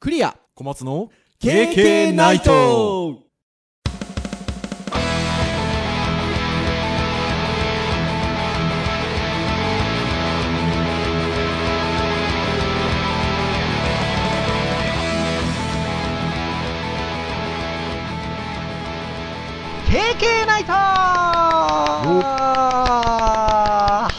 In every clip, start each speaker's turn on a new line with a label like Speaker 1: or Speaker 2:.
Speaker 1: クリア
Speaker 2: 小松の
Speaker 1: KK ナイト
Speaker 3: は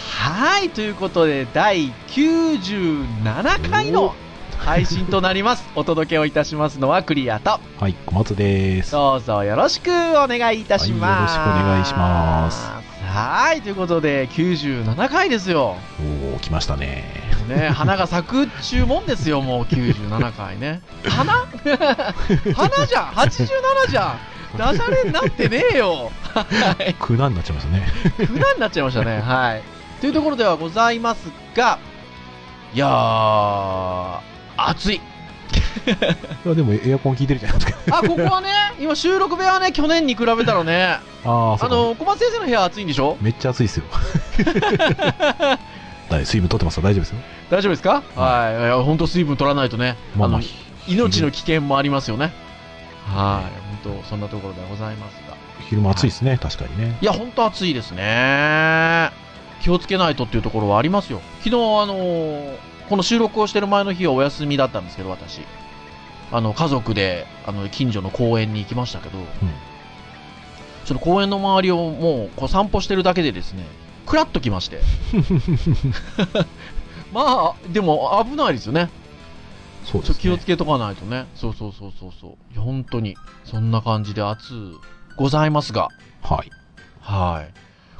Speaker 3: いということで第97回の配信となります お届けをいたしますのはクリアと
Speaker 4: はい、小松です。
Speaker 3: どうぞよろしくお願いいたします、
Speaker 4: はいよろしくお願いします
Speaker 3: はいということで97回ですよ
Speaker 4: おお、来ましたね。
Speaker 3: もうね 花が咲くっちゅうもんですよもう97回ね 花花じゃん87じゃんダジャレになってねえ よはい
Speaker 4: 苦難になっちゃいましたね。
Speaker 3: 普段になっちゃいま したね。はい。というところではございますが、いやー、暑い。
Speaker 4: いや、でもエアコン効いてるじゃないですか。
Speaker 3: あ、ここはね、 今収録部屋はね、去年に比べたらね、
Speaker 4: ああ、そ
Speaker 3: あ
Speaker 4: うか。
Speaker 3: の、小松先生の部屋暑いんでしょ
Speaker 4: めっちゃ暑いです よ。大水分取ってますか大丈夫ですよ。
Speaker 3: 大丈夫ですかはい。いや、ほんと水分取らないとね、
Speaker 4: まあま
Speaker 3: あ
Speaker 4: あ
Speaker 3: の、命の危険もありますよね。はい。本当そんなところではございますが。
Speaker 4: 昼間暑いですね、確かにね。
Speaker 3: いや、ほんと暑いですね。気をつけないとっていうところはありますよ。昨日、あのーこの収録をしてる前の日はお休みだったんですけど、私。あの、家族で、あの、近所の公園に行きましたけど、その公園の周りをもう、こう散歩してるだけでですね、くらっときまして。 まあ、でも危ないですよね。
Speaker 4: そうで
Speaker 3: ちょっと
Speaker 4: す
Speaker 3: 気を
Speaker 4: ね
Speaker 3: つ。けとかないとね。そうそうそうそうそう。いや本当に、そんな感じで暑うございますが、
Speaker 4: はい。
Speaker 3: はい。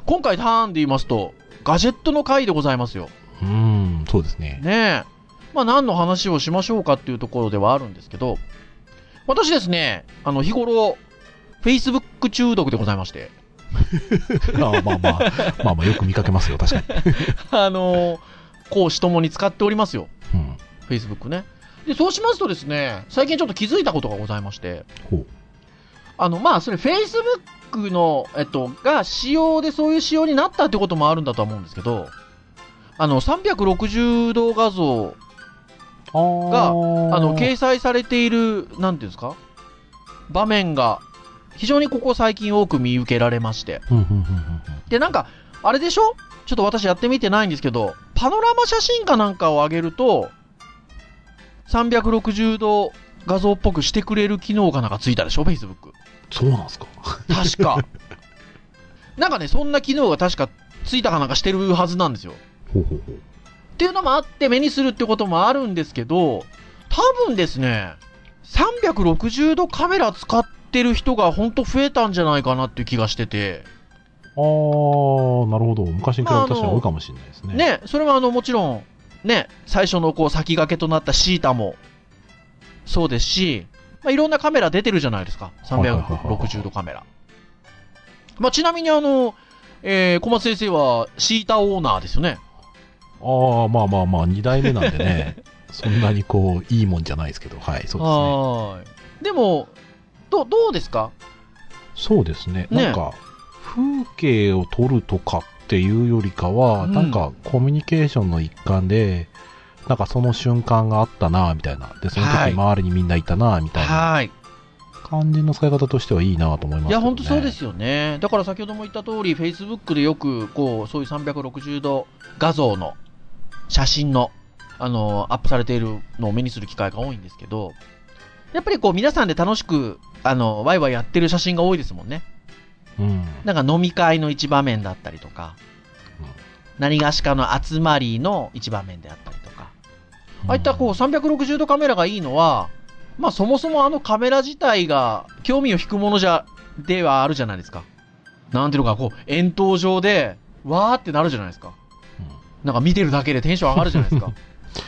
Speaker 3: 今回ターンで言いますと、ガジェットの回でございますよ。
Speaker 4: うーん、そうです ね。
Speaker 3: ねえ。まあ何の話をしましょうかっていうところではあるんですけど、私ですね、あの日頃、Facebook 中毒でございまして、
Speaker 4: ああまあまあ、まあまあ、よく見かけますよ、確かに。
Speaker 3: あの、講師ともに使っておりますよ。
Speaker 4: うん。
Speaker 3: Facebook ね。で、そうしますとですね、最近ちょっと気づいたことがございまして、
Speaker 4: ほう。
Speaker 3: あの、まあ、それ Facebook の、えっと、が仕様でそういう仕様になったってこともあるんだとは思うんですけど、あの、360度画像が
Speaker 4: あ
Speaker 3: あの、
Speaker 4: ー
Speaker 3: 掲載されている、なんていうんですか、場面が、非常にここ最近多く見受けられまして。
Speaker 4: うんうんうんうん
Speaker 3: で、なんか、あれでしょちょっと私やってみてないんですけど、パノラマ写真かなんかを上げると、360度画像っぽくしてくれる機能かなんかついたでしょ ?Facebook。
Speaker 4: そうなんですか。
Speaker 3: 確か。なんかね、そんな機能が確かついたかなんかしてるはずなんですよ。
Speaker 4: ほうほうほう。
Speaker 3: っていうのもあって目にするってこともあるんですけど、多分ですね、360度カメラ使ってる人が本当増えたんじゃないかなっていう気がしてて、
Speaker 4: ああ、なるほど。昔に比べた人は多いかもしれないですね。
Speaker 3: ね、それはあのもちろん、ね、最初のこう先駆けとなったシータもそうですし、まあ、いろんなカメラ出てるじゃないですか、
Speaker 4: はいはいはいはい
Speaker 3: 360度カメラ。まあ、ちなみにあの、えー小松先生はシータオーナーですよね。
Speaker 4: ああ、まあまあまあ、2代目なんで ね、そんなにこう、いいもんじゃないですけど、はい、そうですね。
Speaker 3: はーいでもど、どうですか
Speaker 4: そうですね。
Speaker 3: ね
Speaker 4: なんか、風景を撮るとかっていうよりかは、
Speaker 3: うん
Speaker 4: なんか、コミュニケーションの一環で、なんかその瞬間があったな、みたいな。で、その
Speaker 3: はい
Speaker 4: 時周りにみんないたな、みたいな
Speaker 3: はい。
Speaker 4: 感じの使い方としてはいいなと思います
Speaker 3: い
Speaker 4: けど、ね。
Speaker 3: や、本当そうで。すよね。だから先ほども言った通り、Facebook でよく、こう、そういう360度画像の、写真の、あの、アップされているのを目にする機会が多いんですけど、やっぱりこう、皆さんで楽しく、あの、ワイワイやってる写真が多いですもんね。
Speaker 4: うん。
Speaker 3: なんか飲み会の一場面だったりとか
Speaker 4: うん、
Speaker 3: 何がしかの集まりの一場面であったりとか、ああいったこう360度カメラがいいのは、まあそもそもあのカメラ自体が興味を引くものじゃ、ではあるじゃないですか。なんていうのか、こう、円筒状で、わーってなるじゃないですか。
Speaker 4: うん、
Speaker 3: なんか見てるだけでテンション上がるじゃないですか。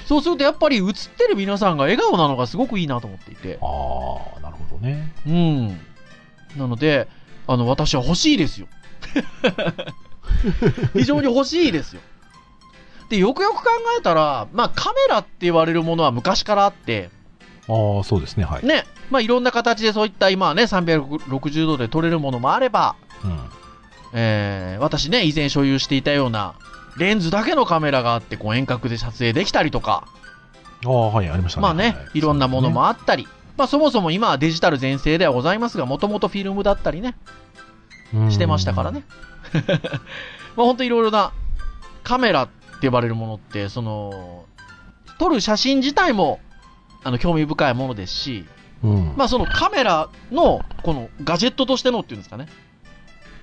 Speaker 3: そうするとやっぱり映ってる皆さんが笑顔なのがすごくいいなと思っていて。
Speaker 4: ああ、なるほどね。
Speaker 3: うん。なので、あの、私は欲しいですよ。非常に欲しいですよ。で、よくよく考えたら、まあカメラって言われるものは昔からあって、
Speaker 4: ああ、そうですね、はい。
Speaker 3: ね、まあいろんな形でそういった今はね、360度で撮れるものもあれば、
Speaker 4: うん。
Speaker 3: えー私ね、以前所有していたような、レンズだけのカメラがあって、こう遠隔で撮影できたりとか、
Speaker 4: ああ、はい、ありましたね。
Speaker 3: まあね
Speaker 4: は、
Speaker 3: いろんなもの
Speaker 4: あ
Speaker 3: もあったり、まあそもそも今はデジタル全盛ではございますが、もともとフィルムだったりね、してましたからね。。 まあ本当いろいろなカメラって呼ばれるものって、その、撮る写真自体も、あの、興味深いものですし、
Speaker 4: うんうん。
Speaker 3: まあそのカメラの、このガジェットとしてのっていうんですかね。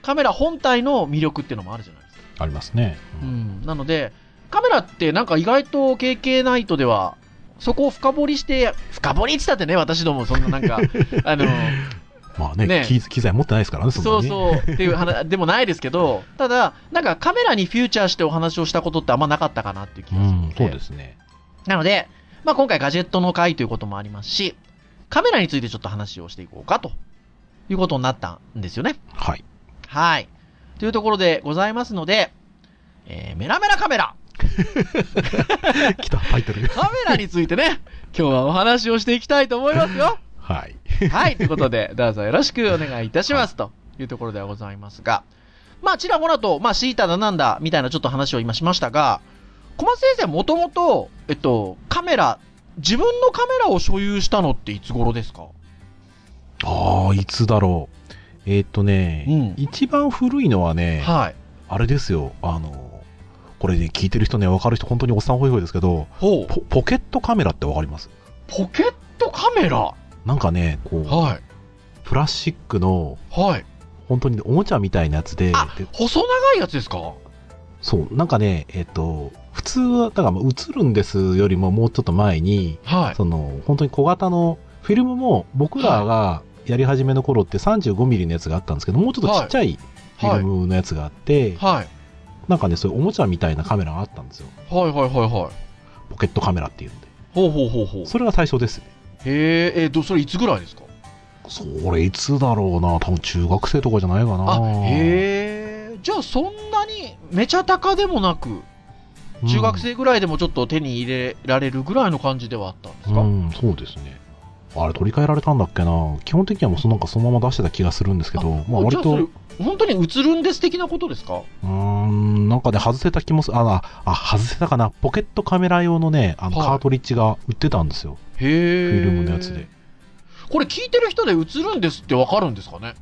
Speaker 3: カメラ本体の魅力っていうのもあるじゃないですか。
Speaker 4: ありますね。
Speaker 3: う
Speaker 4: うん
Speaker 3: ん。なので、カメラってなんか意外と KK ナイトでは、そこを深掘りして、深掘りって言ったってね、私どもそんなな んか、あの、
Speaker 4: まあね
Speaker 3: ね
Speaker 4: 機、機材持ってないですからね、そん
Speaker 3: そ
Speaker 4: な
Speaker 3: う
Speaker 4: ね
Speaker 3: そうっていう話でもないですけど、ただ、なんかカメラにフューチャーしてお話をしたことってあんまなかったかなっていう気がするの
Speaker 4: ん、
Speaker 3: で、
Speaker 4: そうですね。
Speaker 3: なので、まあ、今回ガジェットの回ということもありますし、カメラについてちょっと話をしていこうかということになったんですよね。
Speaker 4: はい。
Speaker 3: はい。というところでございますので、えー、メラメラカメラ
Speaker 4: 来た、タイトル。
Speaker 3: カメラについて ね、今日はお話をしていきたいと思います よ。
Speaker 4: はい。
Speaker 3: はい、ということで、どうぞよろしくお願いいたします、というところではございますが、まあ、ちらほらと、まあ、シータだなんだ、みたいなちょっと話を今しましたが、小松先生、もともと、えっと、カメラ、自分のカメラを所有したのっていつ頃ですか
Speaker 4: ああ、いつだろう。えーっとね、
Speaker 3: うん
Speaker 4: 一番古いのはね、
Speaker 3: はい。
Speaker 4: あれですよ、あの、これね、聞いてる人ね、わかる人、本当におっさんほいほいですけど、
Speaker 3: ほう。
Speaker 4: ポポケットカメラってわかります
Speaker 3: ポケットカメラは
Speaker 4: なんかね、こう、
Speaker 3: い。
Speaker 4: プラスチックの、
Speaker 3: はい。
Speaker 4: 本当におもちゃみたいなやつで、
Speaker 3: あ
Speaker 4: で、
Speaker 3: 細長いやつですか
Speaker 4: そう、なんかね、えーっと、普通は、だからまあ映るんですよりももうちょっと前に、
Speaker 3: はい。
Speaker 4: その、本当に小型の、フィルムも僕らがやり始めの頃って35ミリのやつがあったんですけど、もうちょっとちっちゃいフィ
Speaker 3: はい
Speaker 4: ル。ムのやつがあって、
Speaker 3: はい。
Speaker 4: なんかね、そういうおもちゃみたいなカメラがあったんですよ。
Speaker 3: はいはいはいはい。
Speaker 4: ポケットカメラっていうので。
Speaker 3: ほうほうほうほう。
Speaker 4: それが最初ですね。
Speaker 3: へえ、えっと、それいつぐらいですか
Speaker 4: それいつだろうな、多分中学生とかじゃないかな。
Speaker 3: あへえじゃあそんなにめちゃ高でもなく
Speaker 4: うん
Speaker 3: 中学生ぐらいでもちょっと手に入れられるぐらいの感じではあったんですか、
Speaker 4: うん、そうですね。あれ取り替えられたんだっけな。基本的にはもうそのなんかそのまま出してた気がするんですけど、まあ割
Speaker 3: じゃあそ
Speaker 4: と、
Speaker 3: れ
Speaker 4: う
Speaker 3: 本当に映るんです的なことですか
Speaker 4: ーん、なんかね、外せた気もする。あ、ああ、外せたかな。ポケットカメラ用のね、あの
Speaker 3: はい
Speaker 4: カートリッジが売ってたんですよ。
Speaker 3: へえ
Speaker 4: フィルムのやつで
Speaker 3: これ聞いてる人で映るんですってわかるんですかね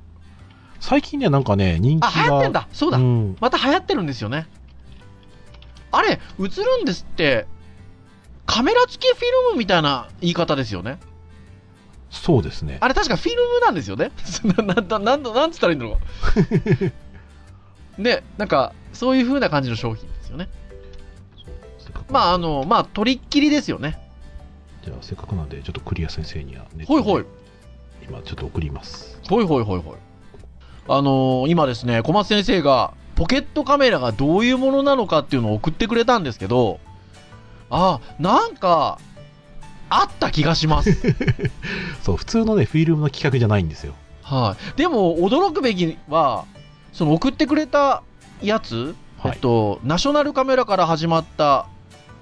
Speaker 4: 最近ね、なんかね、人気
Speaker 3: あ
Speaker 4: が。
Speaker 3: 流行ってんだそうだ、
Speaker 4: うん
Speaker 3: また流行ってるんですよねあれ映るんですってカメラ付きフィルムみたいな言い方ですよね
Speaker 4: そうですね。
Speaker 3: あれ確かフィルムなんですよね。 な、な、な、なんだ、なんつったらいいんだろう。ね、なんか、そういう風な感じの商品ですよね。まあ、あの、まあ、取りっきりですよね。
Speaker 4: じゃあせっかくなんでちょっとクリア先生にはね
Speaker 3: ほいほい。
Speaker 4: 今ちょっと送ります
Speaker 3: ほいほいほいほい。あのー今ですね、小松先生が、ポケットカメラがどういうものなのかっていうのを送ってくれたんですけど、あ、なんか、あった気がします。
Speaker 4: そう普通のねフィルムの企画じゃないんですよ
Speaker 3: はい。でも、驚くべきは、その送ってくれたやつ、
Speaker 4: はい、
Speaker 3: えっと、ナショナルカメラから始まった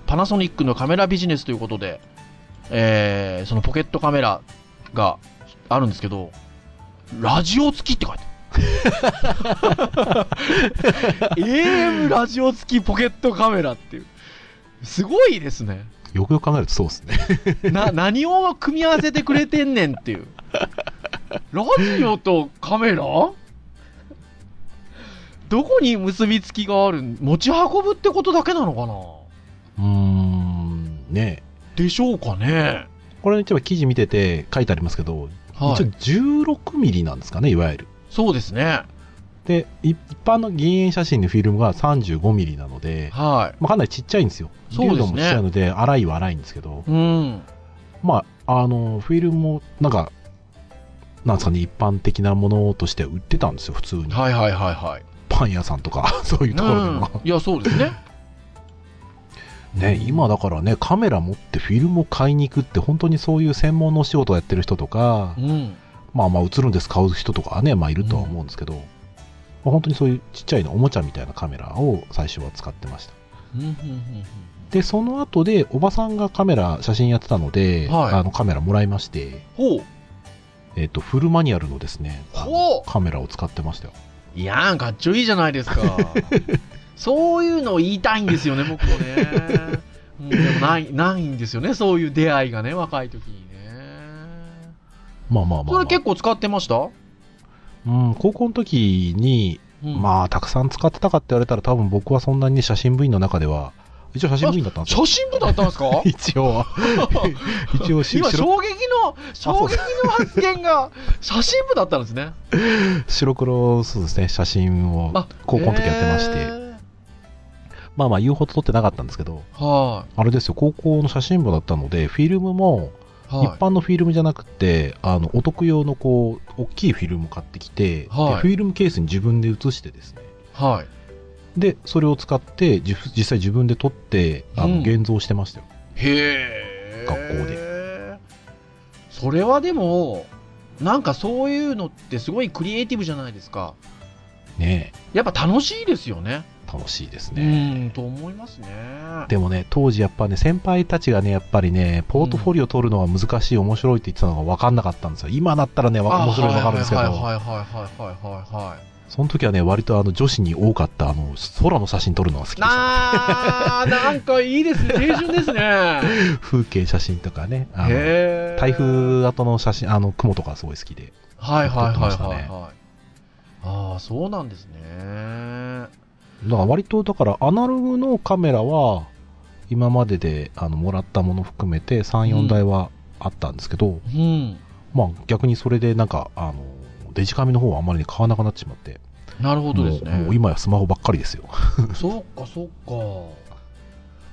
Speaker 3: パナソニックのカメラビジネスということで、えーそのポケットカメラがあるんですけど、ラジオ付きって書いて ある。AM ラジオ付きポケットカメラっていう。すごいですね。
Speaker 4: よくよく考えるとそうですね
Speaker 3: な、何を組み合わせてくれてんねんっていう。ラジオとカメラどこに結びつきがあるん持ち運ぶってことだけなのかな
Speaker 4: うーんね
Speaker 3: でしょうかね。
Speaker 4: これ一応記事見てて書いてありますけど、
Speaker 3: はい。
Speaker 4: 一応16ミリなんですかねいわゆる
Speaker 3: そうですね。
Speaker 4: でい一般の銀塩写真のフィルムが35ミリなので、
Speaker 3: は
Speaker 4: まあ、かなりちっちゃいんですよ
Speaker 3: そうですね
Speaker 4: 度もちっちゃいので粗いは粗いんですけど
Speaker 3: い。うん。
Speaker 4: まああのフィルムもなんかなんですかね一般的なものとして売ってたんですよ普通に
Speaker 3: はいはいはいはい。
Speaker 4: パン屋さんとか そういうところでも、
Speaker 3: うん、いや、そうですね。
Speaker 4: ね今だからねカメラ持ってフィルムを買いに行くって本当にそういう専門のお仕事をやってる人とか、
Speaker 3: うん。
Speaker 4: まあまあ映るんです買う人とかはねまあいるとは思うんですけど、まあ本当にそういうちっちゃいのおもちゃみたいなカメラを最初は使ってました
Speaker 3: うんうん
Speaker 4: でその後でおばさんがカメラ写真やってたので、
Speaker 3: はい
Speaker 4: あのカメラもらいまして、
Speaker 3: うんうんほう。
Speaker 4: えっとフルマニュアルのですねあの
Speaker 3: ほう
Speaker 4: カメラを使ってましたよ
Speaker 3: いやーかっ ちょいいじゃないですか。そういうのを言いたいんですよね、僕もね。うんでもない、ないんですよね、そういう出会いがね、若い時にね。
Speaker 4: まあまあまあ、まあ。
Speaker 3: それ結構使ってました
Speaker 4: うん、高校の時に、
Speaker 3: あ。
Speaker 4: まあ、たくさん使ってたかって言われたら、多分僕はそんなに写真部員の中では、一応写真部員だったんですよ。
Speaker 3: 写真部だったんですか
Speaker 4: 一応は。一応し
Speaker 3: 今、
Speaker 4: 白、
Speaker 3: 衝撃の、衝撃の発見が、写真部だったんですね。
Speaker 4: 白黒、そうですね、写真を
Speaker 3: あ
Speaker 4: 高校の時やってまして、
Speaker 3: へー
Speaker 4: まあまあ、言うほど撮ってなかったんですけど、
Speaker 3: は
Speaker 4: あれですよ、高校の写真部だったので、フィルムも、
Speaker 3: い。
Speaker 4: 一
Speaker 3: は
Speaker 4: 般のフィルムじゃなくて、あの、お得用のこう、大きいフィルム買ってきて、で
Speaker 3: はい
Speaker 4: フィルムケースに自分で写してですね、
Speaker 3: い。はい。
Speaker 4: で、それを使って、じ実際自分で撮って、あ
Speaker 3: う
Speaker 4: の、
Speaker 3: ん
Speaker 4: 現像してましたよ。
Speaker 3: へえ。
Speaker 4: 学校
Speaker 3: で。それはでも、なんかそういうのってすごいクリエイティブじゃないですか。
Speaker 4: ねえ
Speaker 3: やっぱ楽しいですよね。
Speaker 4: 楽しいですね。
Speaker 3: うん、と思いますね。
Speaker 4: でもね、当時やっぱね、先輩たちがね、やっぱりね、ポートフォリオ撮るのは難しい、面白いって言ってたのが分かんなかったんですよ。今だったらね、わ
Speaker 3: あ
Speaker 4: 面白いの分かるんですけ
Speaker 3: はい
Speaker 4: ど、
Speaker 3: はいはいはいはいはいはいはい。
Speaker 4: その時はね、割とあの、女子に多かった、あの、空の写真撮るのが好きでした。
Speaker 3: なあ、 なんかいいです ね。青春ですね。
Speaker 4: 風景写真とかね、あの
Speaker 3: へえ。
Speaker 4: 台。風後の写真、あの、雲とかすごい好きで。
Speaker 3: はいはいは
Speaker 4: 撮っ
Speaker 3: い
Speaker 4: てま
Speaker 3: はい
Speaker 4: した
Speaker 3: はい。ああ、そうなんですね。
Speaker 4: だから割と、だからアナログのカメラは、今までであのもらったもの含めて3、
Speaker 3: うん
Speaker 4: 4台はあったんですけど、
Speaker 3: うん。
Speaker 4: まあ逆にそれでなんか、あの、デジカメの方はあんまりね買わなくなってしまって、
Speaker 3: なるほどです
Speaker 4: もうもう
Speaker 3: ね。
Speaker 4: 今やスマホばっかりですよ。
Speaker 3: そうかそうか。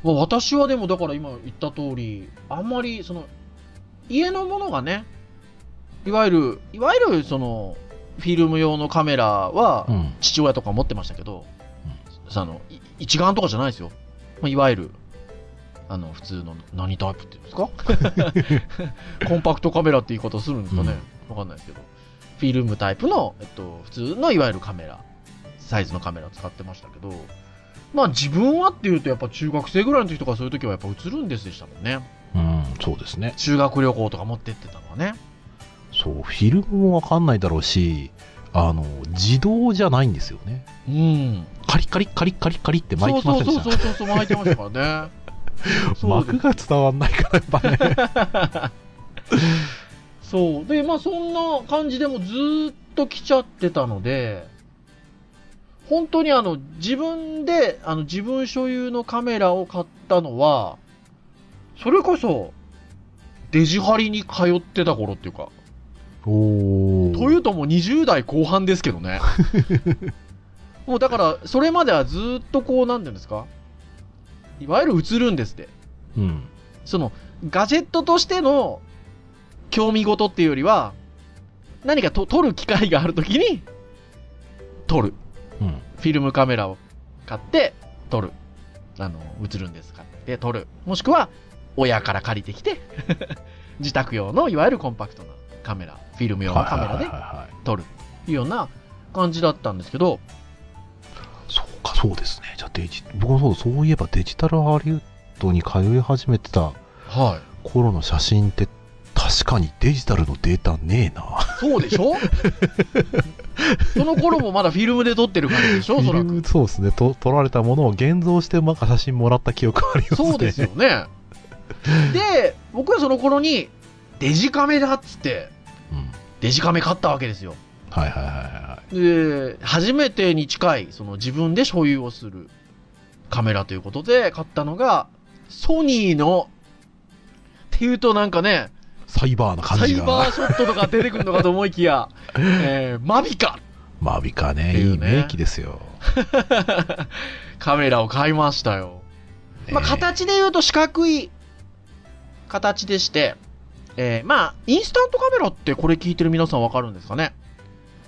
Speaker 3: まあ私はでもだから今言った通り、あんまりその、家のものがね、いわゆる、いわゆるその、フィルム用のカメラは
Speaker 4: う、ん。
Speaker 3: 父親とか持ってましたけど、あのい一眼とかじゃないですよ、まあ、いわゆるあの普通の何タイプっていうんです かコンパクトカメラって言い方するんですかね、わかんないですけどフィルムタイプの、えっと、普通のいわゆるカメラサイズのカメラを使ってましたけどまあ自分はっていうとやっぱ中学生ぐらいの時とかそういう時はやっぱ映るんですでしたもんね
Speaker 4: うん、そうですね。
Speaker 3: 修学旅行とか持ってってたのはね
Speaker 4: そう、フィルムもわかんないだろうし、あの、自動じゃないんですよね。
Speaker 3: うん
Speaker 4: カリカリカリカリカリって巻
Speaker 3: そ
Speaker 4: いうてませ
Speaker 3: そう
Speaker 4: で
Speaker 3: んそ
Speaker 4: し
Speaker 3: う
Speaker 4: た
Speaker 3: そうそうそう巻いてました からねそうです
Speaker 4: 膜が伝わんないからやっぱね。
Speaker 3: そう。で、まあそんな感じでもずーっと来ちゃってたので、本当にあの、自分で、あの、自分所有のカメラを買ったのは、それこそ、デジハリに通ってた頃っていうか、
Speaker 4: おー
Speaker 3: というともう20代後半ですけどね。もうだから、それまではずーっとこう、なんていうんですかいわゆる映るんですって。
Speaker 4: うん。
Speaker 3: そのガジェットとしての興味事っていうよりは何かと撮る機会があるときに撮る
Speaker 4: うん。
Speaker 3: フィルムカメラを買って撮るあの映るんです買って撮るもしくは親から借りてきて 自宅用のいわゆるコンパクトなカメラフィルム用のカメラで
Speaker 4: はい
Speaker 3: 撮るいうような感じだったんですけど
Speaker 4: そうか、そうですね。じゃあデジ、僕もそう、そういえばデジタルハリウッドに通い始めてた
Speaker 3: はい
Speaker 4: 頃の写真って、確かにデジタルのデータねえな。
Speaker 3: そうでし ょその頃もまだフィルムで撮ってる感じでしょおそらく
Speaker 4: フィルム そうですねと。撮られたものを現像して、なんか写真もらった記憶ありますね。
Speaker 3: そうですよね。で、僕はその頃に、デジカメだっつって、
Speaker 4: うん。
Speaker 3: デジカメ買ったわけですよ。
Speaker 4: はいはいはいは
Speaker 3: で、初めてに近い、その自分で所有をするカメラということで買ったのが、ソニーの、っていうとなんかね、
Speaker 4: い。サイバーな
Speaker 3: サ
Speaker 4: 感
Speaker 3: イ
Speaker 4: じ
Speaker 3: バ
Speaker 4: が。
Speaker 3: ーショットとか出てくるのかと思い きや、えーマビカ
Speaker 4: マビカね、
Speaker 3: ってい
Speaker 4: いうい
Speaker 3: ね
Speaker 4: 名機ですよ。
Speaker 3: カメラを買いましたよ。まあ、
Speaker 4: ねえ
Speaker 3: 形で言うと四角い形でして、えーまあ、インスタントカメラってこれ聞いてる皆さんわかるんですかね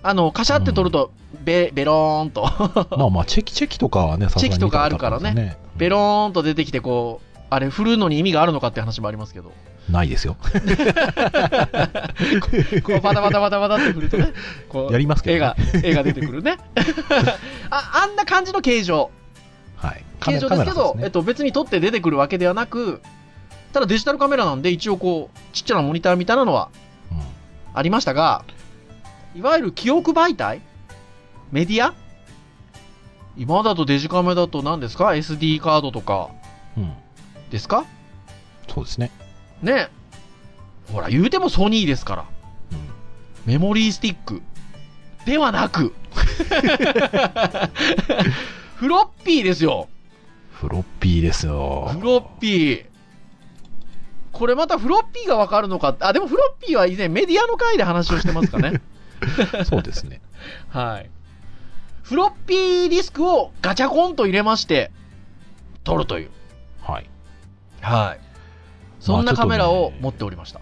Speaker 3: あの、カシャって撮ると、ベ、ベローンと、
Speaker 4: まあまあ、チェキチェキとかはね、さすがに
Speaker 3: チェキとかあるからね
Speaker 4: 見たことあるんですよ
Speaker 3: ベローンと出てきて、こう、あれ振るのに意味があるのかって話もありますけ ど、こ
Speaker 4: ないですよ。
Speaker 3: うバタバタバタバタって振るとね、こ う、
Speaker 4: やりますけど
Speaker 3: 絵
Speaker 4: ね
Speaker 3: が、絵が出てく るね。あ、あんな感じの形状。
Speaker 4: はい。カメ
Speaker 3: 形
Speaker 4: ラ
Speaker 3: 状
Speaker 4: カメ
Speaker 3: ですけ
Speaker 4: ラ
Speaker 3: ど、
Speaker 4: そう
Speaker 3: え
Speaker 4: で
Speaker 3: っと、別に撮って出てくるわけではなく、ただデジタルカメラなんで、一応こう、ちっちゃなモニターみたいなのは
Speaker 4: すね
Speaker 3: ありましたが、いわゆる記憶媒体メディア今だとデジカメだと何ですか ?SD カードとか、
Speaker 4: うん。うん。
Speaker 3: ですか
Speaker 4: そうですね。
Speaker 3: ねほら、言うてもソニーですから。
Speaker 4: うん
Speaker 3: メモリースティックではなく フロッピーですよ
Speaker 4: フロッピーですよ。
Speaker 3: フロッピーこれまたフロッピーがわかるのかあでもフロッピーは以前メディアの回で話をしてますかね
Speaker 4: そうですね。
Speaker 3: はいフロッピーディスクをガチャコンと入れまして撮るという
Speaker 4: はい。
Speaker 3: はいそんなカメラ
Speaker 4: まあちょ
Speaker 3: を
Speaker 4: っとね
Speaker 3: 持っておりました、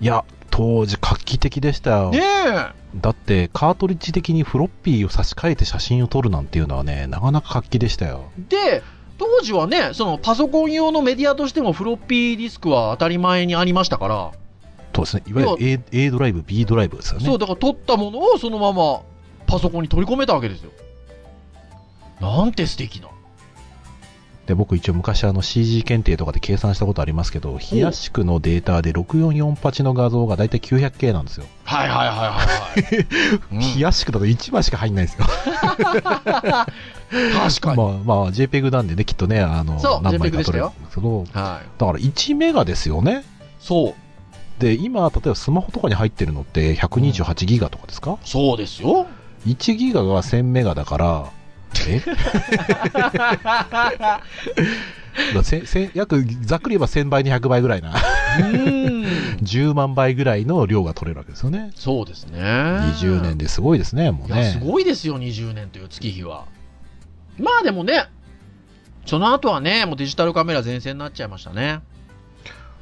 Speaker 4: いや、当時画期的でしたよ。
Speaker 3: ね
Speaker 4: だって、カートリッジ的にフロッピーを差し替えて写真を撮るなんていうのはね、なかなか画期でしたよ。
Speaker 3: えで当時はねそのパソコン用のメディアとしてもフロッピーディスクは当たり前にありましたから
Speaker 4: そうですね。いわゆる A, A ドライブ、B ドライブですよね。
Speaker 3: そうだから取ったものをそのままパソコンに取り込めたわけですよなんて素敵な
Speaker 4: で僕一応昔あの CG 検定とかで計算したことありますけど冷やし区のデータで6448の画像がだいたい 900K なんですよ、
Speaker 3: はいはいはい はい、はい
Speaker 4: 冷やし区だと1枚しか入んないんですよ
Speaker 3: うん確かに、
Speaker 4: まあまあ JPEG なんでねきっとねあの
Speaker 3: そう
Speaker 4: 何枚か
Speaker 3: JPEG でし
Speaker 4: 撮
Speaker 3: た
Speaker 4: れる
Speaker 3: よ
Speaker 4: んですけど
Speaker 3: はい
Speaker 4: だから1メガですよね
Speaker 3: そう
Speaker 4: で今例えばスマホとかに入ってるのって128ギガとかですか、
Speaker 3: そうです よ
Speaker 4: 1ギガが1000メガだからえだからせせ約ざっくり言えば1000倍200倍ぐらいな
Speaker 3: うん
Speaker 4: 10万倍ぐらいの量が取れるわけですよね
Speaker 3: そうですね
Speaker 4: 20年ですごいですね、もう
Speaker 3: いや
Speaker 4: ね。
Speaker 3: すごいですよ20年という月日はまあでもねその後はねもうデジタルカメラ全盛になっちゃいましたね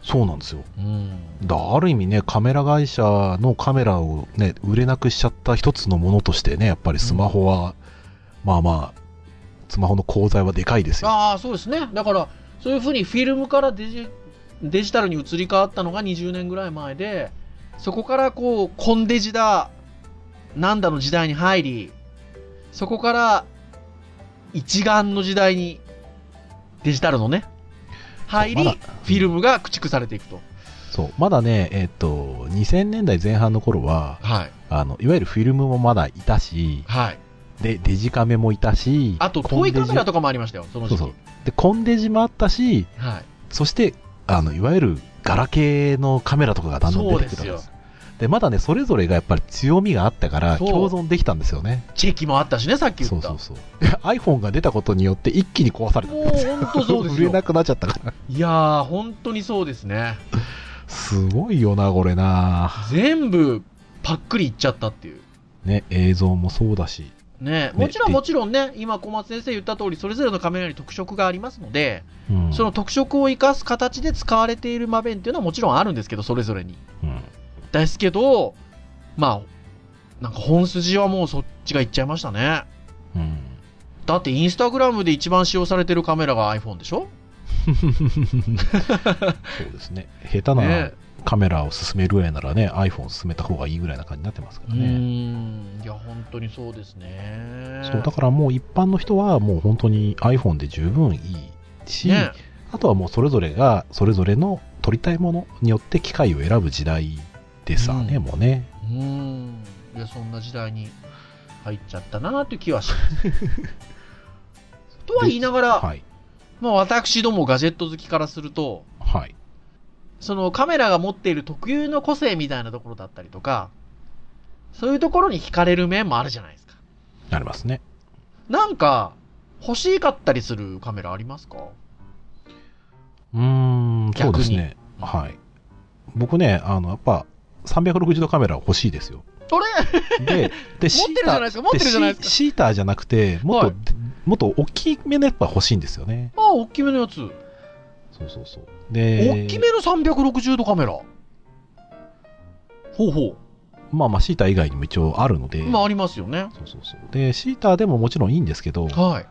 Speaker 4: そうなんですよ。
Speaker 3: うん
Speaker 4: だある意味ね、カメラ会社のカメラをね、売れなくしちゃった一つのものとしてね、やっぱりスマホは、まあまあ、スマホの功罪はでかいですよ。
Speaker 3: ああそうですねだからそういうふうにフィルムからデジデジタルに移り変わったのが20年ぐらい前でそこからこうコンデジだなんだの時代に入りそこから一眼の時代にデジタルのね入
Speaker 4: ま
Speaker 3: り
Speaker 4: だ
Speaker 3: フィルムが駆逐されていくと、
Speaker 4: そう。まだね、えっ、と、2000年代前半の頃は、
Speaker 3: はい
Speaker 4: あの、いわゆるフィルムもまだいたし、
Speaker 3: はい
Speaker 4: で、デジカメもいたし、
Speaker 3: あとトイカメラ
Speaker 4: と
Speaker 3: とかもありましたよその
Speaker 4: そ
Speaker 3: 時
Speaker 4: う
Speaker 3: 期
Speaker 4: そう。で、コンデジもあったし、
Speaker 3: はい
Speaker 4: そして、あの、いわゆる、ガラケーのカメラとかがだんだん出てくるわけ
Speaker 3: そう
Speaker 4: で
Speaker 3: ですす。
Speaker 4: で、まだね、それぞれがやっぱり強みがあったから、
Speaker 3: そう
Speaker 4: 共存できたんですよね。
Speaker 3: チェキもあったしねさっき
Speaker 4: そ
Speaker 3: 言
Speaker 4: う
Speaker 3: った
Speaker 4: そうそう。で iPhone が出たことによって一気に壊されたん
Speaker 3: もう
Speaker 4: ですよ。
Speaker 3: 本当そうです
Speaker 4: 売れ
Speaker 3: よ
Speaker 4: なくなっちゃったから。
Speaker 3: いやー本当にそうですね
Speaker 4: すごいよな、これな。
Speaker 3: 全部パックリいっちゃったっていう。
Speaker 4: ね、映像もそうだし。
Speaker 3: ね、もちろんもちろんね、今小松先生言った通り、それぞれのカメラに特色がありますので、
Speaker 4: うん。
Speaker 3: その特色を生かす形で使われている場面っていうのはもちろんあるんですけど、それぞれに。
Speaker 4: うん
Speaker 3: ですけど、まあ、なんか本筋はもうそっちがいっちゃいましたね。
Speaker 4: うん。
Speaker 3: だってインスタグラムで一番使用されてるカメラが iPhone でしょ
Speaker 4: そうですね。下手な
Speaker 3: ね
Speaker 4: カメラを進めるぐらいならね、iPhone 進めた方がいいぐらいな感じになってますか
Speaker 3: う
Speaker 4: らね。
Speaker 3: ーん。いや、本当にそうですね。
Speaker 4: そう、だからもう一般の人はもう本当に iPhone で十分いいし、
Speaker 3: ね。
Speaker 4: あとはもうそれぞれがそれぞれの撮りたいものによって機械を選ぶ時代でさね、
Speaker 3: うん
Speaker 4: もうね
Speaker 3: うーんいやそんな時代に入っちゃったなという気はします とは言いながら、
Speaker 4: はい
Speaker 3: まあ、私どもガジェット好きからすると
Speaker 4: はい
Speaker 3: そのカメラが持っている特有の個性みたいなところだったりとかそういうところに惹かれる面もあるじゃないですか
Speaker 4: なりますね
Speaker 3: なんか欲しかったりするカメラありますか
Speaker 4: うーんそう
Speaker 3: 逆
Speaker 4: で
Speaker 3: に
Speaker 4: すねはい僕ねあのやっぱ360度カメラ欲しいですよ
Speaker 3: あれ
Speaker 4: でで
Speaker 3: 持ってるじゃないですか持ってるじゃないですか
Speaker 4: シーターじゃなくてもっと、
Speaker 3: はい
Speaker 4: もっと大きめのやっぱ欲しいんですよね
Speaker 3: ああ大きめのやつ、
Speaker 4: そうそうそうで
Speaker 3: 大きめの360度カメラほうほう
Speaker 4: まあまあシーター以外にも一応あるので、
Speaker 3: 今ありますよね
Speaker 4: そうそうそうでシーターでももちろんいいんですけど
Speaker 3: はい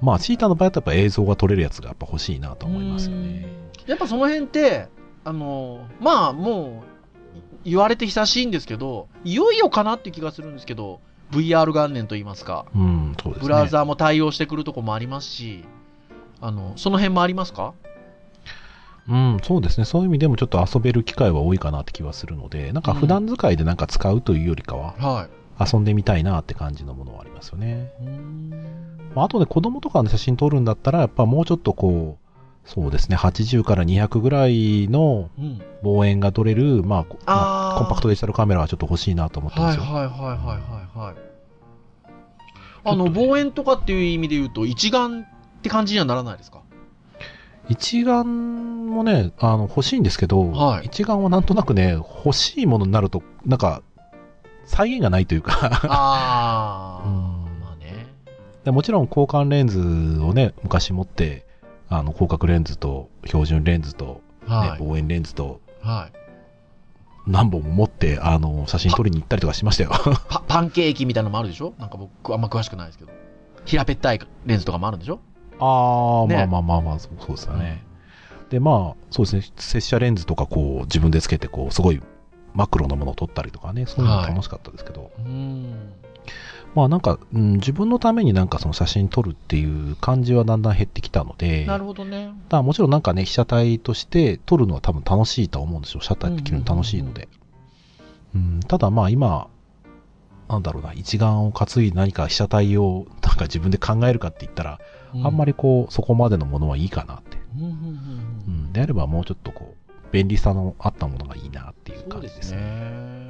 Speaker 4: まあシーターの場合だとやっぱ映像が撮れるやつがやっぱ欲しいなと思いますよね
Speaker 3: うんやっぱその辺ってあのまあもうい言われて久しいんですけどいよいよかなって気がするんですけど VR 元年といいますか
Speaker 4: うん、そうですね。
Speaker 3: ブラウザーも対応してくるとこもありますしあのその辺もありますか
Speaker 4: うん、そうですね。そういう意味でもちょっと遊べる機会は多いかなって気はするので、なんか普段使いでなんか使うというよりかは、
Speaker 3: は
Speaker 4: 遊んでみたいなって感じのものはありますよね。
Speaker 3: い
Speaker 4: まあ、あとね、子供とかの写真撮るんだったら、やっぱもうちょっとこう、そうですね、80から200ぐらいの
Speaker 3: うん。
Speaker 4: 望遠が取れる、まあ、こまあ
Speaker 3: あー
Speaker 4: コンパクトデジタルカメラはちょっと欲しいなと思ってま
Speaker 3: はいは
Speaker 4: す
Speaker 3: い
Speaker 4: よ。
Speaker 3: はいはいはいはい。あの、望遠とかっていう意味で言うと、一眼って感じにはならないです か
Speaker 4: 一眼もね、あの、欲しいんですけど、
Speaker 3: はい
Speaker 4: 一眼はなんとなくね、欲しいものになると、なんか、再現がないというか、
Speaker 3: あ
Speaker 4: う
Speaker 3: あ、
Speaker 4: ん
Speaker 3: まあね。
Speaker 4: でもちろん交換レンズをね、昔持って、あの、広角レンズと標準レンズと、ね
Speaker 3: はい。
Speaker 4: 望遠レンズと
Speaker 3: はい、
Speaker 4: 何本も持って、あの、写真撮りに行ったりとかしました よ。
Speaker 3: パパンケーキみたいなのもあるでしょなんか僕、あんま詳しくないですけど。平べったいレンズとかもあるんでしょ
Speaker 4: ああ、
Speaker 3: ね
Speaker 4: まあまあまあまあ、そうそうですよね。で、まあ、そうですね、拙者レンズとか、こう、自分でつけて、こう、すごいマクロのものを撮ったりとかね、そういうのも楽しかったですけど、
Speaker 3: うーん。
Speaker 4: まあなんか、うん、自分のためになんかその写真撮るっていう感じはだんだん減ってきたので、
Speaker 3: なるほどね。
Speaker 4: だからもちろんなんかね、被写体として撮るのは多分楽しいとは思うんですよ。シャッターで切るの楽しいので。うん、ただまあ今、なんだろうな、一眼を担いで何か被写体をなんか自分で考えるかって言ったら、
Speaker 3: う
Speaker 4: あんま
Speaker 3: り。
Speaker 4: りこう、そこまでのものはいいかなって。
Speaker 3: うんうんうん
Speaker 4: う
Speaker 3: うん
Speaker 4: ん、であればもうちょっとこう、便利さのあったものがいいなっていう
Speaker 3: そう
Speaker 4: 感じ
Speaker 3: で
Speaker 4: ですすね。
Speaker 3: ね。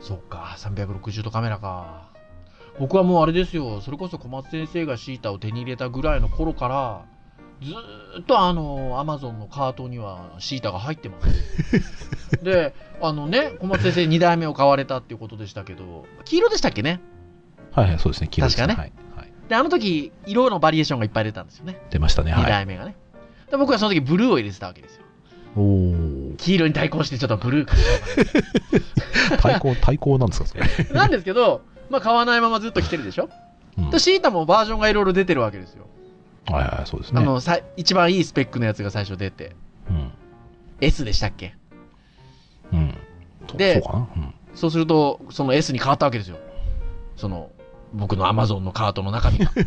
Speaker 3: そっか、360度カメラか。僕はもうあれですよ、それこそ小松先生がシータを手に入れたぐらいの頃から、ずーっとあの、アマゾンのカートにはシータが入ってます。で、あのね、小松先生2代目を買われたっていうことでしたけど、黄色でしたっけね
Speaker 4: はいはい、そうですね、黄色いです
Speaker 3: 確
Speaker 4: はい。はい。
Speaker 3: で、あの時、色のバリエーションがいっぱい出たんですよね。
Speaker 4: 出ましたね、
Speaker 3: 2
Speaker 4: はい。
Speaker 3: 代目がね。で僕はその時ブルーを入れてたわけですよ。
Speaker 4: おー。
Speaker 3: 黄色に対抗してちょっとブルーか
Speaker 4: 対 抗、対抗なんですか、それ。
Speaker 3: なんですけど、まあ買わないままずっと来てるでしょ
Speaker 4: うん
Speaker 3: で、シータもバージョンがいろいろ出てるわけですよ。
Speaker 4: はいはい、そうです
Speaker 3: あ
Speaker 4: ね。
Speaker 3: の、さ一番いいスペックのやつが最初出て。
Speaker 4: うん。
Speaker 3: S でしたっけ
Speaker 4: うん。そ
Speaker 3: で
Speaker 4: そうかな。うん。
Speaker 3: そうすると、その S に変わったわけですよ。その、僕の Amazon のカートの中身 が。で、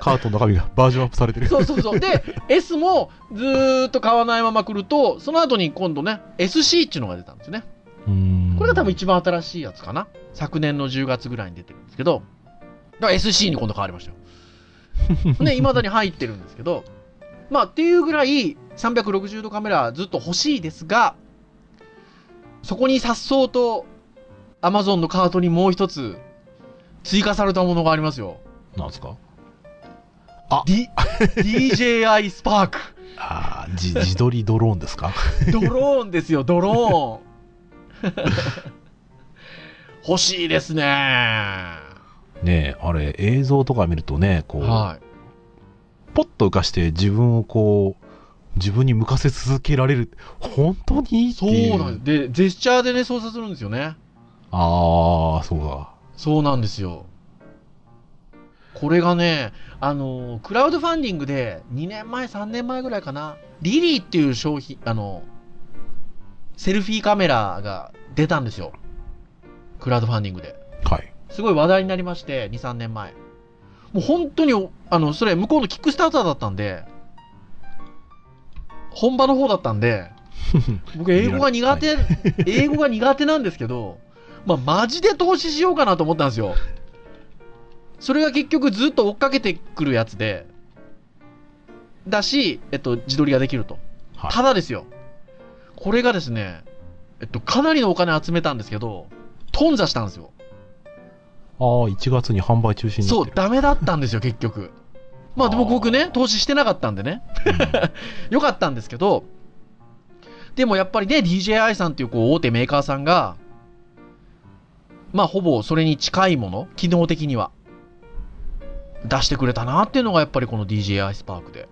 Speaker 4: カートの中身がバージョンアップされてる。
Speaker 3: そうそうそう。で、S もずーっと買わないまま来ると、その後に今度ね、SC っていうのが出たんですよね。
Speaker 4: うーん。
Speaker 3: これが多分一番新しいやつかな。昨年の10月ぐらいに出てるんですけど、だから SC に今度変わりましたよ。ね、未だに入ってるんですけど、まあっていうぐらい360度カメラずっと欲しいですが、そこに颯爽と Amazon のカートにもう一つ追加されたものがありますよ。
Speaker 4: なんですか
Speaker 3: D、DJI スパーク。
Speaker 4: ああ、自、自撮りドローンですか
Speaker 3: ドローンですよ、ドローン。欲しいですね。
Speaker 4: ねえ、あれ、映像とか見るとね、こう、
Speaker 3: はい。
Speaker 4: ポッと浮かして自分をこう、自分に向かせ続けられる。本当にって
Speaker 3: そう
Speaker 4: いう。
Speaker 3: なんです。で、ジェスチャーでね、操作するんですよね。
Speaker 4: ああ、そうだ。
Speaker 3: そうなんですよ。これがね、あのー、クラウドファンディングで、2年前、3年前ぐらいかな、リリーっていう商品、あの、セルフィーカメラが出たんですよ。クラウドファンディングで。
Speaker 4: はい。
Speaker 3: すごい話題になりまして、2、3年前。もう本当に、あの、それ、向こうのキックスターターだったんで、本場の方だった んで、僕、英語が苦手、英語が苦手なんですけど、まあ、マジで投資しようかなと思ったんですよ。それが結局ずっと追っかけてくるやつで、だし、えっと、自撮りができると。
Speaker 4: はい
Speaker 3: ただですよ、これがですね、えっと、かなりのお金集めたんですけど、頓挫したんですよ。
Speaker 4: ああ、1月に販売中止にな
Speaker 3: そ
Speaker 4: っ
Speaker 3: う
Speaker 4: て、る。
Speaker 3: ダメだった んですよ、結局。まあでも
Speaker 4: あー
Speaker 3: 僕ね、投資してなかったんでね、良かったんですけど、でもやっぱりね、DJI さんっていうこう大手メーカーさんが、まあほぼそれに近いもの、機能的には、出してくれたなっていうのがやっぱりこの DJI スパークで。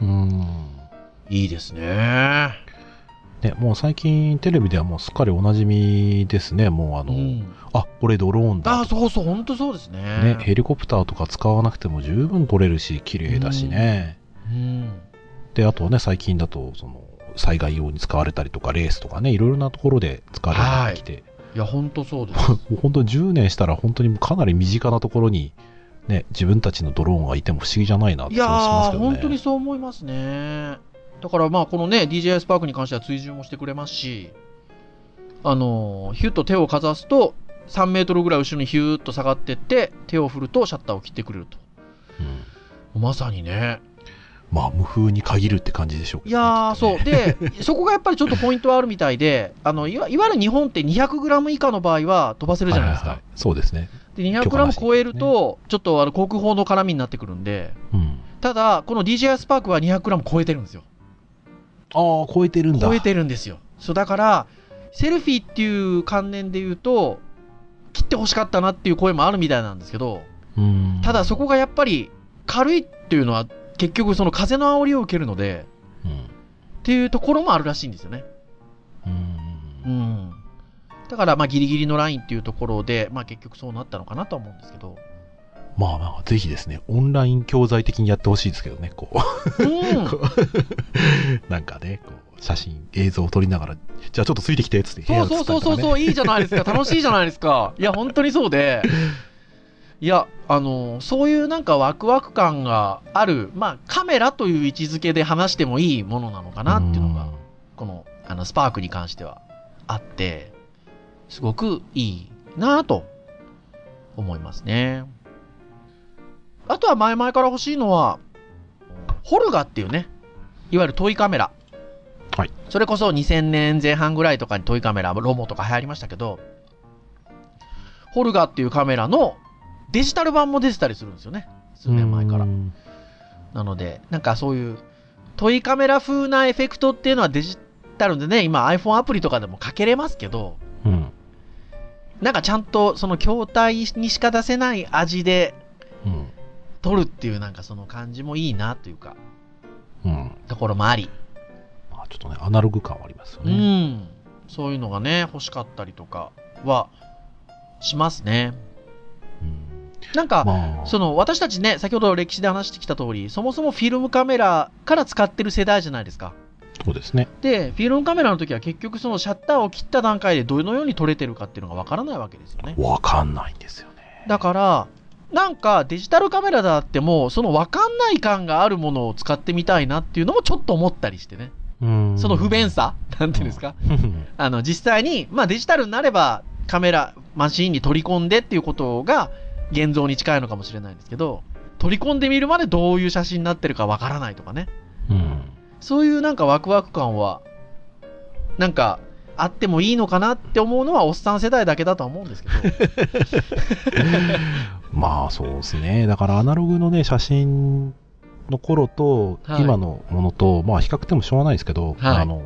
Speaker 4: うん。うん
Speaker 3: いいですね。
Speaker 4: ね、もう最近テレビではもうすっかりおなじみですね。もうあ
Speaker 3: う
Speaker 4: の、
Speaker 3: ん、
Speaker 4: あ、これドローン
Speaker 3: あ
Speaker 4: だ
Speaker 3: あ、そうそう、ほんとそうですね。
Speaker 4: ね、ヘリコプターとか使わなくても十分撮れるし、綺麗だしね。
Speaker 3: うん、
Speaker 4: で、あとはね、最近だと、その、災害用に使われたりとか、レースとかね、いろいろなところで使われてきて、
Speaker 3: いや、ほんとそうで す。
Speaker 4: もう本当に10年したら本当にかなり身近なところに、ね、自分たちのドローンがいても不思議じゃないなって
Speaker 3: い
Speaker 4: 気が
Speaker 3: や
Speaker 4: します
Speaker 3: ー、
Speaker 4: けどね。
Speaker 3: 本当にそう思いますね。だからまあ、このね、DJI スパークに関しては追従もしてくれますし、あのーヒュッと手をかざすと、3メートルぐらい後ろにヒューッと下がってって、手を振るとシャッターを切ってくれると。
Speaker 4: うん
Speaker 3: まさにね。
Speaker 4: まあ無風に限るって感じでしょうけ
Speaker 3: い
Speaker 4: どね、
Speaker 3: やー、
Speaker 4: きっと
Speaker 3: そ
Speaker 4: ね
Speaker 3: う。で、そこがやっぱりちょっとポイントはあるみたいで、 あの、いわいわゆる日本って 200g 以下の場合は飛ばせるじゃないです
Speaker 4: は
Speaker 3: か
Speaker 4: は。はそうですね。
Speaker 3: で、
Speaker 4: 許可な
Speaker 3: 200g
Speaker 4: し
Speaker 3: 超えると、ちょっとあの、航空法の絡みになってくるんで、
Speaker 4: うん。
Speaker 3: ただ、この DJI スパークは 200g 超えてるんですよ。
Speaker 4: ああ、超えてるんだ。
Speaker 3: 超えてるんですよ。そう、だから、セルフィーっていう観念で言うと、切って欲しかったなっていう声もあるみたいなんですけど、
Speaker 4: うん。
Speaker 3: ただそこがやっぱり軽いっていうのは結局その風の煽りを受けるので、
Speaker 4: うん。
Speaker 3: っていうところもあるらしいんですよね。
Speaker 4: うん。
Speaker 3: うん。だからまあギリギリのラインっていうところで、まあ結局そうなったのかなとは思うんですけ ど。
Speaker 4: まあまあ、ぜひですね、オンライン教材的にやってほしいですけどね、こう、
Speaker 3: うん。
Speaker 4: なんかね、こう、写真、映像を撮りながら、じゃあちょっとついてきて、つって部
Speaker 3: そ
Speaker 4: 屋
Speaker 3: う
Speaker 4: 映った
Speaker 3: そ
Speaker 4: り
Speaker 3: うそう
Speaker 4: と
Speaker 3: そう
Speaker 4: か
Speaker 3: そ
Speaker 4: ね。
Speaker 3: う、いいじゃないですか。楽しいじゃないですか。いや、本当にそうで。いや、あの、そういうなんかワクワク感がある、まあカメラという位置づけで話してもいいものなのかなっていうのが、この、あの、スパークに関してはあって、すごくいいなぁと思いますね。あとは前々から欲しいのは、ホルガっていうね、いわゆるトイカメラ。
Speaker 4: はい
Speaker 3: それこそ2000年前半ぐらいとかにトイカメラ、ロモとか流行りましたけど、ホルガっていうカメラのデジタル版も出てたりするんですよね。数年前から
Speaker 4: う。ん
Speaker 3: なので、なんかそういう、トイカメラ風なエフェクトっていうのはデジタルでね、今 iPhone アプリとかでもかけれますけど、
Speaker 4: うん。
Speaker 3: なんかちゃんとその筐体にしか出せない味で
Speaker 4: うん。
Speaker 3: 撮るっていうなんかその感じもいいなというか、
Speaker 4: うん。
Speaker 3: ところもあり、
Speaker 4: まあ、ちょっとね、アナログ感はありますよ
Speaker 3: う
Speaker 4: ね。
Speaker 3: ん、そういうのがね、欲しかったりとかはしますね。
Speaker 4: うん。
Speaker 3: なんか、
Speaker 4: まあ、
Speaker 3: その私たちね、先ほど歴史で話してきた通り、そもそもフィルムカメラから使ってる世代じゃないですか。
Speaker 4: そうですね。
Speaker 3: で、フィルムカメラの時は結局そのシャッターを切った段階でどのように撮れてるかっていうのがわからないわけですよね。
Speaker 4: わかんないんですよね。
Speaker 3: だから、なんかデジタルカメラだっても、そのわかんない感があるものを使ってみたいなっていうのもちょっと思ったりしてね。
Speaker 4: うん。
Speaker 3: その不便さ、なんていうんですか。
Speaker 4: うん。
Speaker 3: あの、実際に、まあデジタルになればカメラ、マシーンに取り込んでっていうことが現像に近いのかもしれないんですけど、取り込んでみるまでどういう写真になってるかわからないとかね。
Speaker 4: うん。
Speaker 3: そういうなんかワクワク感は、なんか、あってもいいのかなって思うのは、おっさん世代だけだとは思うんですけど。
Speaker 4: まあそうですね。だからアナログのね、写真の頃と、
Speaker 3: はい
Speaker 4: 今のものと、まあ比較でもしょうがないですけど、
Speaker 3: はい
Speaker 4: あの、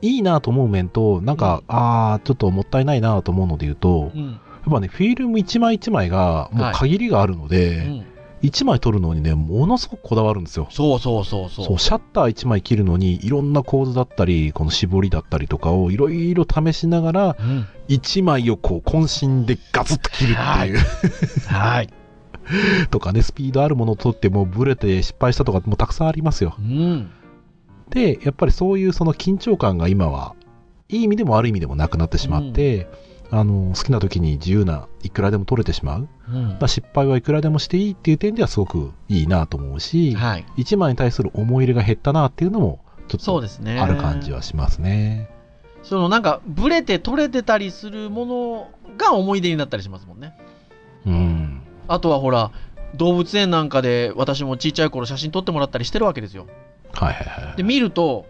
Speaker 4: いいなと思う面と、なんか、ああ、ちょっともったいないなと思うので言うと、
Speaker 3: う
Speaker 4: やっ
Speaker 3: ん。
Speaker 4: ぱね、フィルム一枚一枚が、も
Speaker 3: は
Speaker 4: う
Speaker 3: い
Speaker 4: 限りがあるの
Speaker 3: う
Speaker 4: で、
Speaker 3: ん、
Speaker 4: 一、枚撮るのにね、ものすごくこだわるんですよ。
Speaker 3: そうそうそうそう。
Speaker 4: そう、シャッター一枚切るのに、いろんな構図だったり、この絞りだったりとかをいろいろ試しながら、
Speaker 3: うん。
Speaker 4: 一枚をこう、渾身でガツッと切るっていう。
Speaker 3: はいはい。
Speaker 4: とかね、スピードあるものを取ってもうブレて失敗したとかもうたくさんありますよ
Speaker 3: う。ん。
Speaker 4: で、やっぱりそういうその緊張感が今は、いい意味でも悪い意味でもなくなってしまって、あの、好きな時に自由ないくらでも取れてしまう。
Speaker 3: うん
Speaker 4: だから失敗はいくらでもしていいっていう点ではすごくいいなと思うし、
Speaker 3: はい。
Speaker 4: 一枚に対する思い入れが減ったなっていうのも、ちょっ
Speaker 3: そう
Speaker 4: と
Speaker 3: ですね。
Speaker 4: ある感じ。はしますね。
Speaker 3: そのなんか、ブレて取れてたりするものが思い出になったりしますもんね。
Speaker 4: うん。
Speaker 3: あとはほら、動物園なんかで私もちっちゃい頃写真撮ってもらったりしてるわけですよ。
Speaker 4: はいはいはい。
Speaker 3: で、見ると、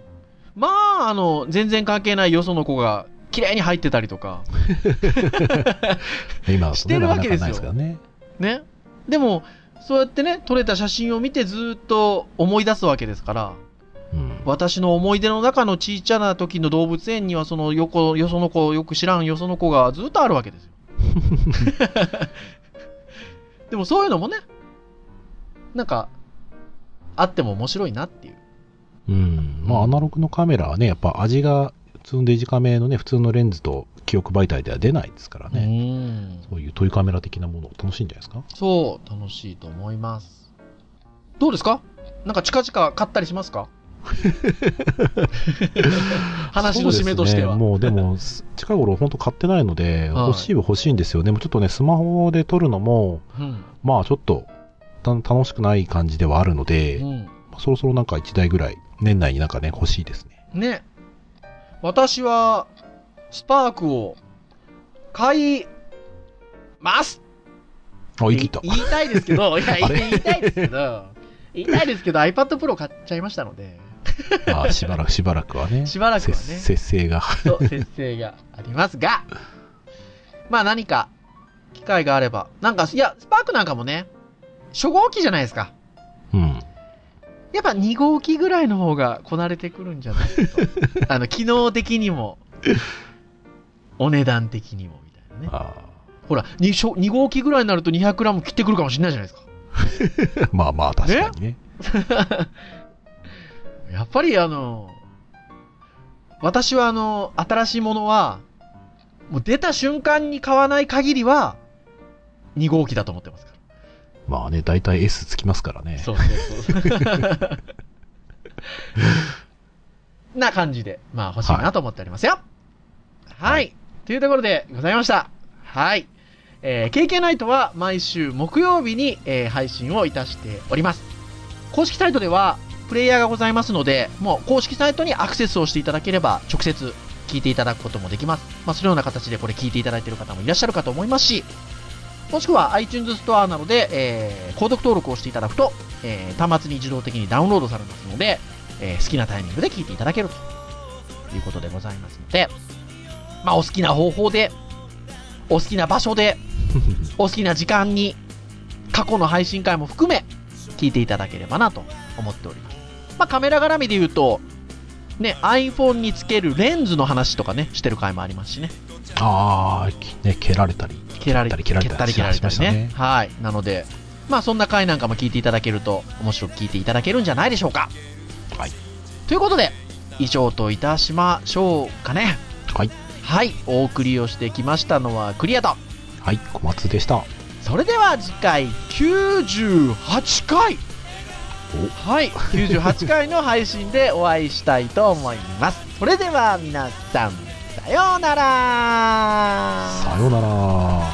Speaker 3: まあ、あの、全然関係ないよその子が綺麗に入ってたりとか。
Speaker 4: 今は
Speaker 3: し
Speaker 4: そ
Speaker 3: て
Speaker 4: うね
Speaker 3: る
Speaker 4: な
Speaker 3: わ
Speaker 4: か
Speaker 3: け
Speaker 4: なか
Speaker 3: ですよ
Speaker 4: ないですからね。
Speaker 3: ね。でも、そうやってね、撮れた写真を見てずっと思い出すわけですから、
Speaker 4: うん。
Speaker 3: 私の思い出の中のちっちゃな時の動物園には、その横、よその子、よく知らんよその子がずっとあるわけですよ。でもそういうのもね、なんか、あっても面白いなっていう。
Speaker 4: うん、まあアナログのカメラはね、やっぱ味が普通のデジカメのね、普通のレンズと記憶媒体では出ないですからね。
Speaker 3: ね
Speaker 4: そういうトイカメラ的なものを楽しいんじゃないですか
Speaker 3: そう、楽しいと思います。どうですかなんか近々買ったりしますか話の締めとしては。
Speaker 4: そうですねもうでも、す近頃本当買ってないので、
Speaker 3: はい
Speaker 4: 欲しいは欲しいんですよ。でもちょっとね、スマホで撮るのも、
Speaker 3: うん
Speaker 4: まあちょっと、た楽しくない感じではあるので、
Speaker 3: うん
Speaker 4: そろそろなんか1台ぐらい、年内になんかね、欲しいですね。
Speaker 3: ね。私は、スパークを買います
Speaker 4: あ、言い切った
Speaker 3: 言。いたいですけど、いや、言いたいですけど、言いたいですけど iPad Pro 買っちゃいましたので、
Speaker 4: まあ、しばらく、しばらくはね。
Speaker 3: しばらくはね
Speaker 4: せ節制が。
Speaker 3: と節制がありますが、まあ何か機会があれば、なんか、いや、スパークなんかもね、初号機じゃないですか。
Speaker 4: うん。
Speaker 3: やっぱ2号機ぐらいの方がこなれてくるんじゃ ないかと。あの、機能的にも、お値段的にもみたいなね。
Speaker 4: あ
Speaker 3: ほら2、しょ2号機ぐらいになると 200g 切ってくるかもしれないじゃないですか。
Speaker 4: ー まあまあ、確かにね。
Speaker 3: やっぱりあの、私はあの、新しいものは、もう出た瞬間に買わない限りは、2号機だと思ってますから。
Speaker 4: まあね、大体 S つきますからね。
Speaker 3: そうそうそう。な感じで、まあ欲しいなと思っておりますよ。はい。
Speaker 4: は
Speaker 3: というところでございました。はい。えー、KK ナイトは毎週木曜日に、えー配信をいたしております。公式サイトではプレイヤーがございますので、もう公式サイトにアクセスをしていただければ直接聞いていただくこともできます。まあ、そのような形でこれ聞いていただいている方もいらっしゃるかと思いますし、もしくは iTunes ストアなどで、えー、購読登録をしていただくと、えー端末に自動的にダウンロードされますので、えー好きなタイミングで聞いていただけるということでございますので、まあ、お好きな方法で、お好きな場所で、お好きな時間に、過去の配信回も含め、聞いていただければなと思っております。まあ、カメラ絡みで言うと、ね、iPhone につけるレンズの話とかね、してる回もありますしね。
Speaker 4: ああ、きね、蹴られたり。
Speaker 3: 蹴られたり
Speaker 4: 蹴
Speaker 3: 蹴
Speaker 4: ら
Speaker 3: ら
Speaker 4: れ
Speaker 3: れ
Speaker 4: た
Speaker 3: た
Speaker 4: り
Speaker 3: り蹴られたりね
Speaker 4: しまし
Speaker 3: はいなのでまあそんな回なんかも聞いていただけると面白く聞いていただけるんじゃないでしょうか
Speaker 4: はい
Speaker 3: ということで以上といたしましょうかね
Speaker 4: はい
Speaker 3: はいお送りをしてきましたのはクリアと
Speaker 4: はい、小松でした。
Speaker 3: それでは次回98回はい98回の配信でお会いしたいと思いますそれでは皆さんさようなら
Speaker 4: さようなら。